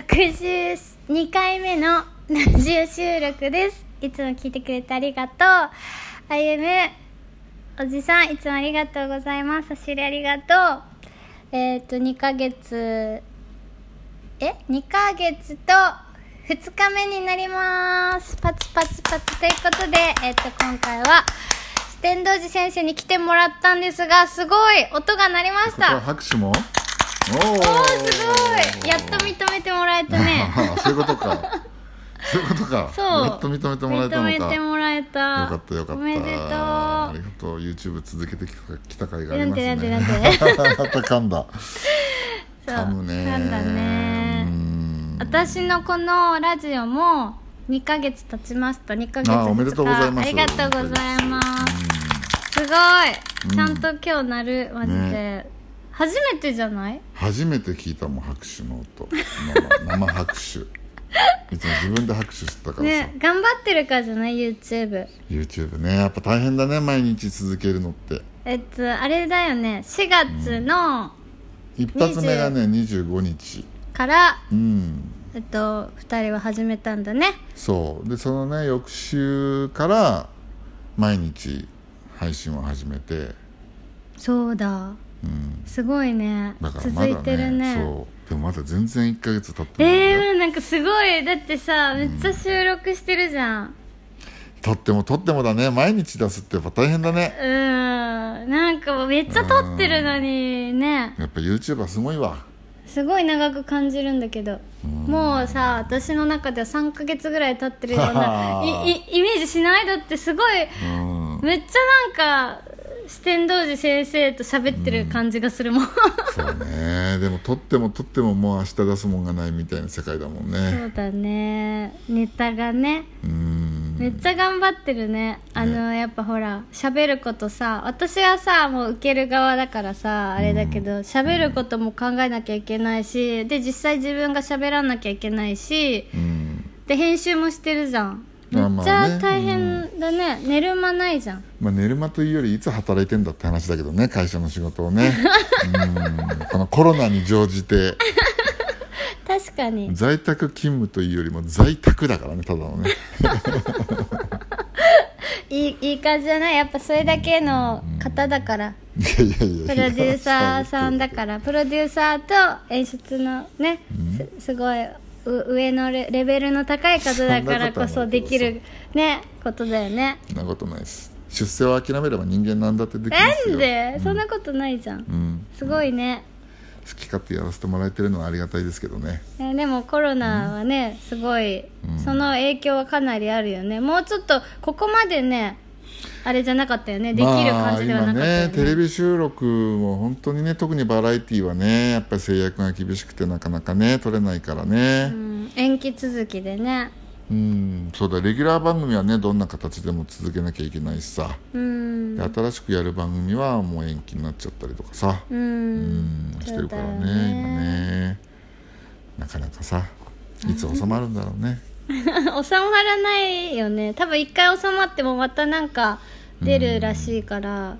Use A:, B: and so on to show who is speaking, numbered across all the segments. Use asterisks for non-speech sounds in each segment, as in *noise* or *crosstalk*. A: 62回目のラジオ収録ですいつも聞いてくれてありがとうあゆむおじさんいつもありがとうございます差し入れありがとうえっ、と2ヶ月え2ヶ月と2日目になりますパツパツパツということで、えっと今回は四天童寺先生に来てもらったんですがすごい音が鳴りまし
B: ここは
A: た
B: 拍手もおお
A: おおーすごいやっと認めてもらえたね
B: そういうことかそういうことか
A: そう
B: やっと認めてもらえたのか
A: 認めてもらえた
B: よかったよかった
A: おめでとう
B: ありがとう YouTube 続けてきた来た甲斐がありますね
A: なんでなんでなん
B: でまた噛んだ
A: そう
B: 噛むね
A: なんだね
B: うん
A: 私のこのラジオも2ヶ月経ちますと2ヶ月
B: あーおめでとうございます
A: ありがとうございますすごいちゃんと今日なるマジで、
B: ね
A: 初めてじゃない
B: 初めて聞いたもん拍手の音生生拍手いつも自分で拍手してたからさ、
A: ね頑張ってるからじゃない YouTube
B: YouTube ねやっぱ大変だね毎日続けるのって
A: えっとあれだよね4月の
B: 一発目がね25日
A: から、
B: うん
A: えっと2人は始めたんだね
B: そうでそのね翌週から毎日配信を始めて
A: そうだ
B: うん
A: すごいね
B: だからま
A: 続
B: だ
A: い
B: ね
A: てるね
B: そうでもまだ全然1ヶ月経ってないんだよ、
A: えー、なんかすごいだってさめっちゃ収録してるじゃんうん
B: 撮っても撮ってもだね毎日出すってやっぱ大変だね
A: なんかめっちゃ撮ってるのにね
B: やっぱ YouTuber すごいわ
A: すごい長く感じるんだけどもうさ私の中では3ヶ月ぐらい経ってるような
B: *laughs* あー
A: いいイメージしないだってすごい
B: うん
A: めっちゃなんか四天王寺先生と喋ってる感じがするも *laughs* んそ
B: そうねでも撮っても撮ってももう明日出すもんがないみたいな世界だもんね
A: うだねネタがね
B: うん
A: めっちゃ頑張ってるねあの、やっぱほら喋ることさ私はさもう受ける側だからさあれだけど喋、ることも考えなきゃいけないしで実際自分が喋らなきゃいけないし
B: うん
A: で編集もしてるじゃんめ
B: まあ
A: っちゃ
B: まあね
A: 大変だね、寝る間ないじゃん
B: まあ、寝る間というよりいつ働いてんだって話だけどね会社の仕事
A: *laughs*
B: をねうんこのコロナに乗じて
A: 確かに
B: 在宅勤務というよりも在宅だからねただ
A: *laughs*
B: のね
A: いいいい感じじゃないやっぱそれだけの方だから
B: いやいやいや
A: プロデューサーさんだからプロデューサーと演出のね、すすごいう上のレレベルの高い方だからこそできるねことだよね
B: そんなことないです出世を諦めれば人間なんだってできま
A: な
B: すよ
A: んでそんなことないじゃん
B: うん、
A: すごいね
B: 好き勝手やらせてもらえてるのはありがたいですけどね
A: ねでもコロナはねすごいその影響はかなりあるよねもうちょっとここまでねあれじゃなかったよねできる感じではなかった
B: まあ
A: よ
B: 今ねテレ
A: ね
B: ビ収録も本当にね特にバラエティーはねやっぱり制約が厳しくてなかなかね取れないからね
A: うん延期続きでね
B: うん、そうだレギュラー番組はねどんな形でも続けなきゃいけないしさ、
A: うん
B: で新しくやる番組はもう延期になっちゃったりとかさ、
A: う
B: うん
A: ん
B: してるからね
A: そうだよ
B: 今ねなかなかさいつ収まるんだろうね
A: *laughs* 収まらないよね多分一回収まってもまたなんか出るらしいから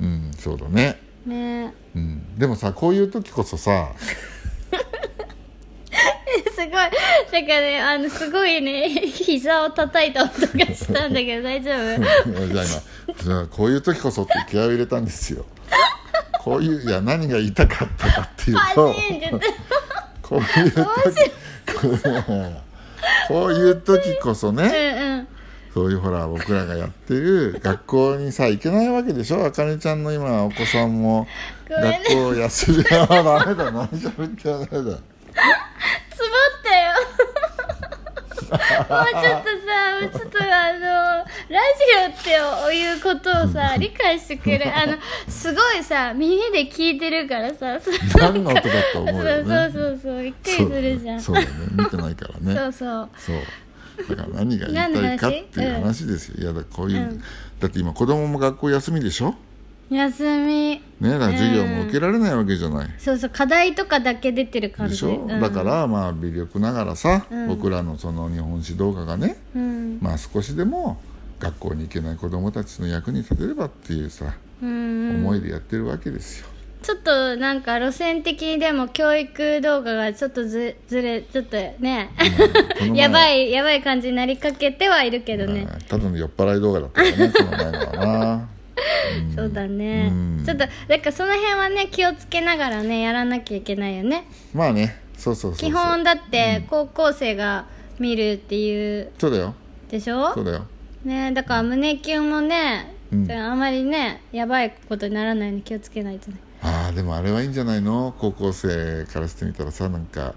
B: うんそうだね、
A: ね *laughs*
B: うん、でもさこういう時こそさ *laughs*
A: すごいだからねあのすごいね膝を叩いた音がしたんだ
B: *laughs*
A: けど大丈夫
B: じゃあ今じゃあこういう時こそって気合を入れたんですよこういういや何が言いたかったかっていう
A: パ
B: と
A: チンって言って
B: こういう時 *laughs* こういう時こそね、
A: うんうん
B: そういうほら僕らがやってる学校にさ行けないわけでしょあかねちゃんの今お子さんも
A: ごめんね
B: 学校休みは *laughs* ダメだ何しゃべってはダメだ
A: つ
B: *laughs*
A: ぼったよもうちょっとさもうちょっとあのラジオっていうことをさ理解してくれあのすごいさ耳で聞いてるからさそう
B: 何の音だと思うよね
A: そうそうそうびっくりするじゃん
B: そうだねそうだね見てないからね
A: そうそう
B: そうだから何が言いたいかっていう
A: 何の
B: 話ですよ、いやだからこういう、
A: うん
B: だって今子供も学校休みでしょ
A: 休み
B: ねだから授業も受けられないわけじゃない、
A: そうそう課題とかだけ出てる感
B: で
A: じ
B: しょ、
A: うん
B: だからまあ微力ながらさ、僕らのその日本史動画がね、
A: うん
B: まあ少しでも学校に行けない子どもたちの役に立てればっていうさ、
A: うんうん
B: 思いでやってるわけですよ
A: ちょっとなんか路線的にでも教育動画がちょっとずずれちょっとね、
B: この前
A: *laughs* やばいやばい感じになりかけてはいるけどね、
B: ただの酔っ払い動画だった
A: *laughs*
B: よねこの前のはな
A: そうだね、
B: うん
A: ちょっとなんかその辺はね気をつけながらねやらなきゃいけないよね
B: まあねそうそうそうそう
A: 基本だって高校生が見るっていう
B: そうだよ
A: でしょ
B: そうだよ
A: ねだから胸キュンもね、
B: うん
A: あまりねやばいことにならないように気をつけないとね
B: ああでもあれはいいんじゃないの高校生からしてみたらさなんか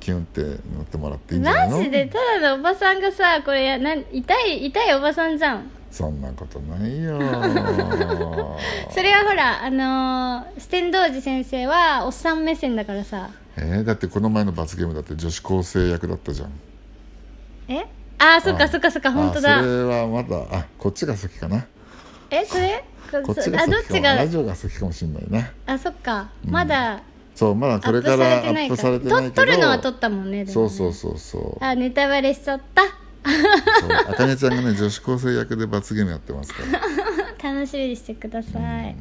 B: キュンって乗ってもらっていいんじゃない
A: マ
B: の
A: ジでただのおばさんがさこれやなん痛い痛いおばさんじゃん
B: そんなことないよ
A: それはほらあのー、四天王寺先生はおっさん目線だからさ
B: *laughs* えー、だってこの前の罰ゲームだって女子高生役だったじゃん
A: えあーそっかそっかそっか本当
B: あ
A: だ
B: それはまだあこっちが先かな
A: えそれ
B: こっち
A: そ
B: が
A: あどっ
B: 先か
A: ち
B: も
A: が
B: ラジオが先かもしれないな
A: あそっかまだ
B: そうまだ
A: ア
B: これ
A: ップ
B: か
A: さ
B: ら
A: れ
B: ア
A: てな
B: ッ
A: い
B: プ
A: か
B: されてないけど
A: と撮るのは撮ったもんねでも
B: そうそうそ
A: *laughs*
B: うそう
A: あネタバレしちゃった
B: そうあかねちゃんがね女子高生役で罰ゲームやってますから
A: 楽しみにしてください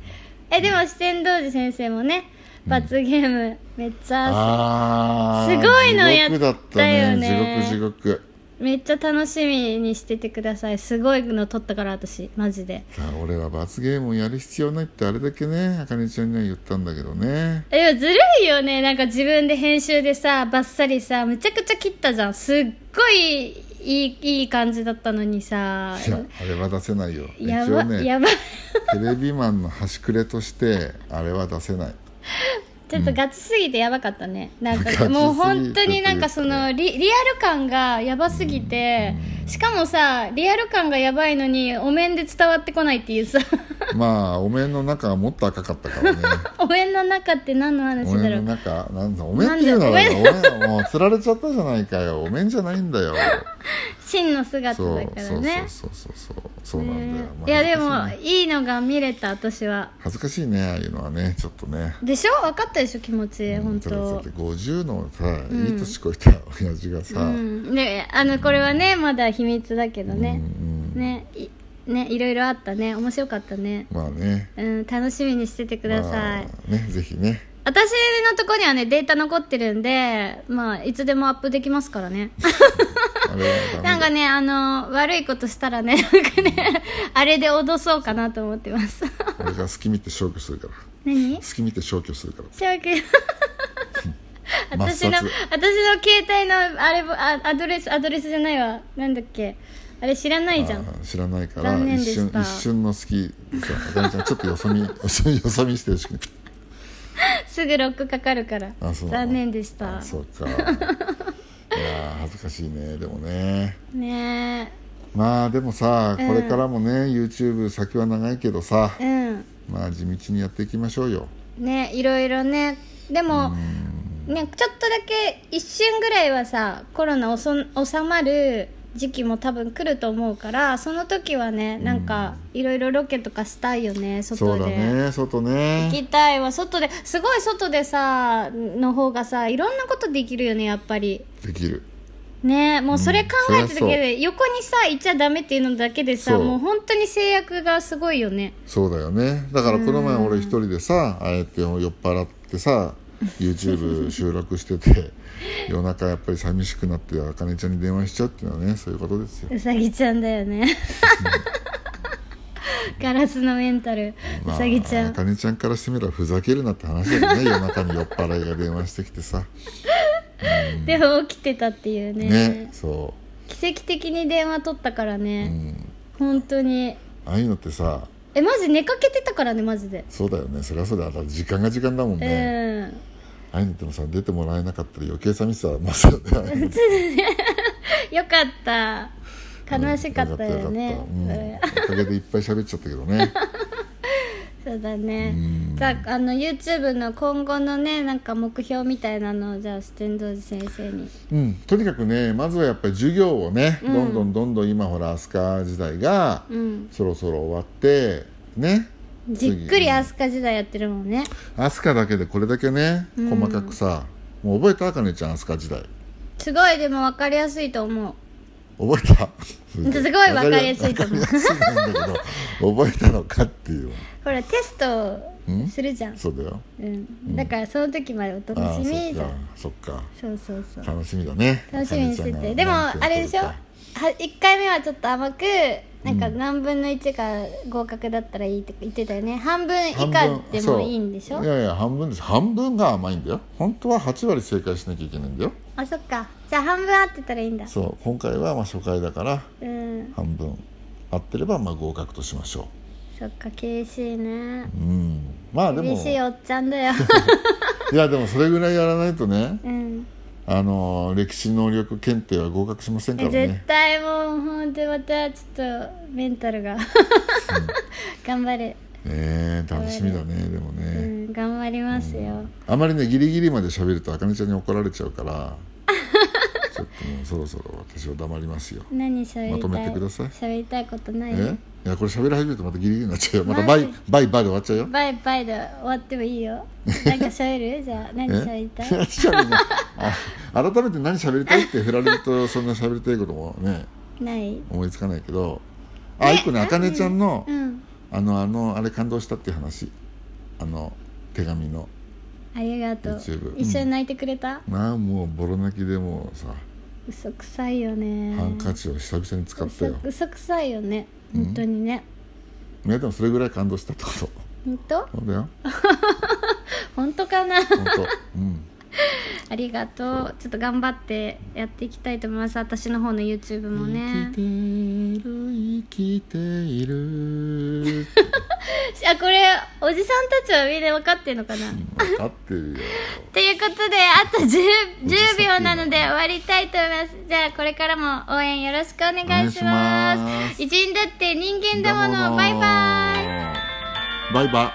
A: えでも四天王寺先生もね罰ゲームめっちゃ
B: あー
A: すごいのや
B: 地獄だった
A: ったよね
B: ね地獄地獄
A: めっちゃ楽しみにしててくださいすごいの撮ったから私マジで
B: さあ俺は罰ゲームをやる必要ないってあれだけねあかねちゃんには言ったんだけどね
A: えでもずるいよねなんか自分で編集でさバッサリさむちゃくちゃ切ったじゃんすっごいいいいい感じだったのにさ
B: いやあれは出せないよ一
A: やば、
B: 応ね
A: やば *laughs*
B: テレビマンの端くれとしてあれは出せない
A: ちょっとガチすぎてやばかったね、なん
B: ガチすぎ
A: か
B: て
A: もう本当になんかそ
B: と
A: のリリアル感がやばすぎて、しかもさリアル感がやばいのにお面で伝わってこないっていうさ *laughs*
B: まあお面の中はもっと赤かったからね
A: お面の中って何の
B: お
A: 話だ
B: 面
A: ろ
B: の
A: う
B: 中なんだお面っていうのは
A: なん
B: お面もう釣られちゃったじゃないかよお面じゃないんだよ
A: 真の姿
B: そう
A: だから
B: そう
A: ね
B: そうそうそうそうそうなんだよ、まあ
A: いやで
B: 恥ず
A: も
B: かしいね
A: いいのが見れた私は
B: 恥ずかしいねああいうのはねちょっとね
A: でしょ分かったでしょ気持ち本
B: ただだっ
A: 当
B: て50のさ、いい年こいた親父がさ、
A: うんねあのこれはねまだ秘密だけどねねいねいろいろあったね面白かったね
B: まあね
A: うん楽しみにしててください
B: まあ、ねぜひね
A: 私のとこにはねデータ残ってるんでまあいつでもアップできますからね
B: あれはダメだ
A: なんかねあの悪いことしたらねなんかねあれで脅そうかなと思ってます
B: *laughs* 俺が隙見て消去するから
A: 何
B: 隙見て消去するから
A: シャーク
B: *laughs* 抹
A: 私
B: 殺
A: の私の携帯のあれあアドレスアドレスじゃないわなんだっけあれ知らないじゃん
B: あー知らないから
A: 残念
B: 一
A: で
B: 瞬
A: した
B: 一瞬の隙さあかねちゃんちょっとよそ見 *laughs* よそよそ見してるし
A: すぐロックかかるから
B: あそうなの
A: 残念でした
B: あそうかいやー恥ずかしいねでもね
A: ね
B: まあでもさこれからもね、YouTube 先は長いけどさ
A: えうん
B: まあ地道にやっていきましょうよ
A: ねいろいろねでもねちょっとだけ一瞬ぐらいはさコロナおそ収まる時期も多分来ると思うからその時はねなんかいろいろロケとかしたいよね
B: そ
A: 外
B: う
A: で
B: だね
A: 行
B: 外ね
A: きたいわ外ですごい外でさの方がさいろんなことできるよねやっぱり
B: できる
A: ねもうそれ考えただ
B: そり
A: け
B: ゃ
A: で、横にさいちゃダメっていうのだけでさ
B: そう
A: もう本当に制約がすごいよね
B: そうだよねだからこの前俺一人でさああえて酔っ払ってさ YouTube 収録してて夜中やっぱり寂しくなってあかねちゃんに電話しちゃうっていうのはねそういうことですよ
A: うさぎちゃんだよねガラスのメンタルう
B: まあ
A: さぎちゃ
B: あ
A: ん
B: かねちゃんからしてみればふざけるなって話だよね夜中に酔っ払いが電話してきてさ
A: でも起きてたっていうね
B: ねそ
A: 奇跡的に電話取ったから
B: う、う
A: ね、
B: ん、
A: 本当に
B: ああいうのってさ
A: えマジ寝かけてたからねマジで、
B: そうだよねそれはそうだよだって時間が時間だもんね、
A: うん
B: ああいうのってもさ出てもらえなかったら余計寂しさは増すよねああいうの
A: よかった *laughs* 悲しかったよね、
B: うんよかったよかったうん、おかげでいっぱい喋っちゃったけど
A: *laughs*
B: ね
A: そうだね
B: うん
A: じゃああの YouTube の今後のねなんか目標みたいなのをじゃあ四天王寺先生に
B: うん、とにかくねまずはやっぱり授業をね、どんどんどんどん今ほら飛鳥時代が
A: うん
B: そろそろ終わってね
A: じっくり飛鳥時代やってるもんね
B: 飛鳥だけでこれだけね細かくさ、もう覚えたあかねちゃん飛鳥時代
A: すごいでも分かりやすいと思う
B: 覚えた
A: *laughs* す
B: す
A: ごいわかりやすいと思う
B: わかりやすいんだけど覚えたのかっていう
A: ほらテスト
B: ん
A: するじゃん、
B: そうだよ
A: うん、だからその時までお
B: ああ
A: 楽しみじゃん
B: そっか
A: そうそうそう
B: 楽しみだね
A: 楽しみにして
B: あかね
A: て
B: ちゃ
A: で
B: んが
A: も
B: なんて
A: あれでしょ
B: や
A: は1回目はちょっと甘くなんか何分の1が合格だったらいいとか言ってたよね半分以
B: 半
A: 下
B: 分
A: でもいいんでしょ
B: そういやいや半分です半分が甘いんだよ本当は8割正解しなきゃいけないんだよ
A: あそっかじゃあ半分合ってたらいいんだ
B: そう今回はまあ初回だから
A: うん
B: 半分合ってればまあ合格としましょ
A: そっか厳しいね
B: ううんまあでも
A: 厳しいおっちゃんだ
B: *laughs*
A: よ
B: いやでもそれぐらいやらないとね
A: うん
B: あの歴史能力検定は合格しませんか
A: え
B: ら
A: 絶
B: ね
A: 対もうほんとまたちょっとメンタルが *laughs* 頑張る
B: ねえ楽しみだねでも
A: う
B: ね、
A: ん頑張りますよ
B: あまりねギリギリまで喋るとあかねちゃんに怒られちゃうからちょっともうそろそろ私は黙りますよ
A: 何しゃべりたい
B: まとめてください
A: 喋りたいことない
B: えいやこれ喋り始めるとまたギリギリになっちゃうよまた
A: マ
B: バ
A: ジ
B: イバイバイで終わっちゃうよ *laughs*
A: バイバイで終わってもいいよ。なんか喋るじゃあ、何喋りたい
B: 喋るのあ改めて何喋りたいって振られるとそんな喋りたいこともね
A: ない
B: 思いつかないけどあ一個ねあかねちゃんの、
A: うん。
B: あのあのあれ感動したっていう話あの手紙の
A: ありがとう。
B: YouTube
A: 一緒に泣いてくれた、
B: まあもうボロ泣きでもうさ
A: 嘘くさいよね。
B: ハンカチを久々に使った
A: 嘘
B: よ
A: 嘘くさいよね。本当にね。
B: いやでもそれぐらい感動したってこと
A: 本当
B: そうだよ
A: 本当かな *laughs*
B: 本当うん
A: ありがとう。ちょっと頑張ってやっていきたいと思います。私の方の YouTube もね。
B: 生きてる生きて
A: *laughs*
B: いる
A: あ、これ、おじさんたちはみんな分かってんのかな、
B: 分かってるよ
A: ということであと 10, 10秒なので終わりたいと思いますじゃあこれからも応援よろしくお願いします
B: お願いします
A: 偉人だって人間だものバイバイ
B: イバイバイ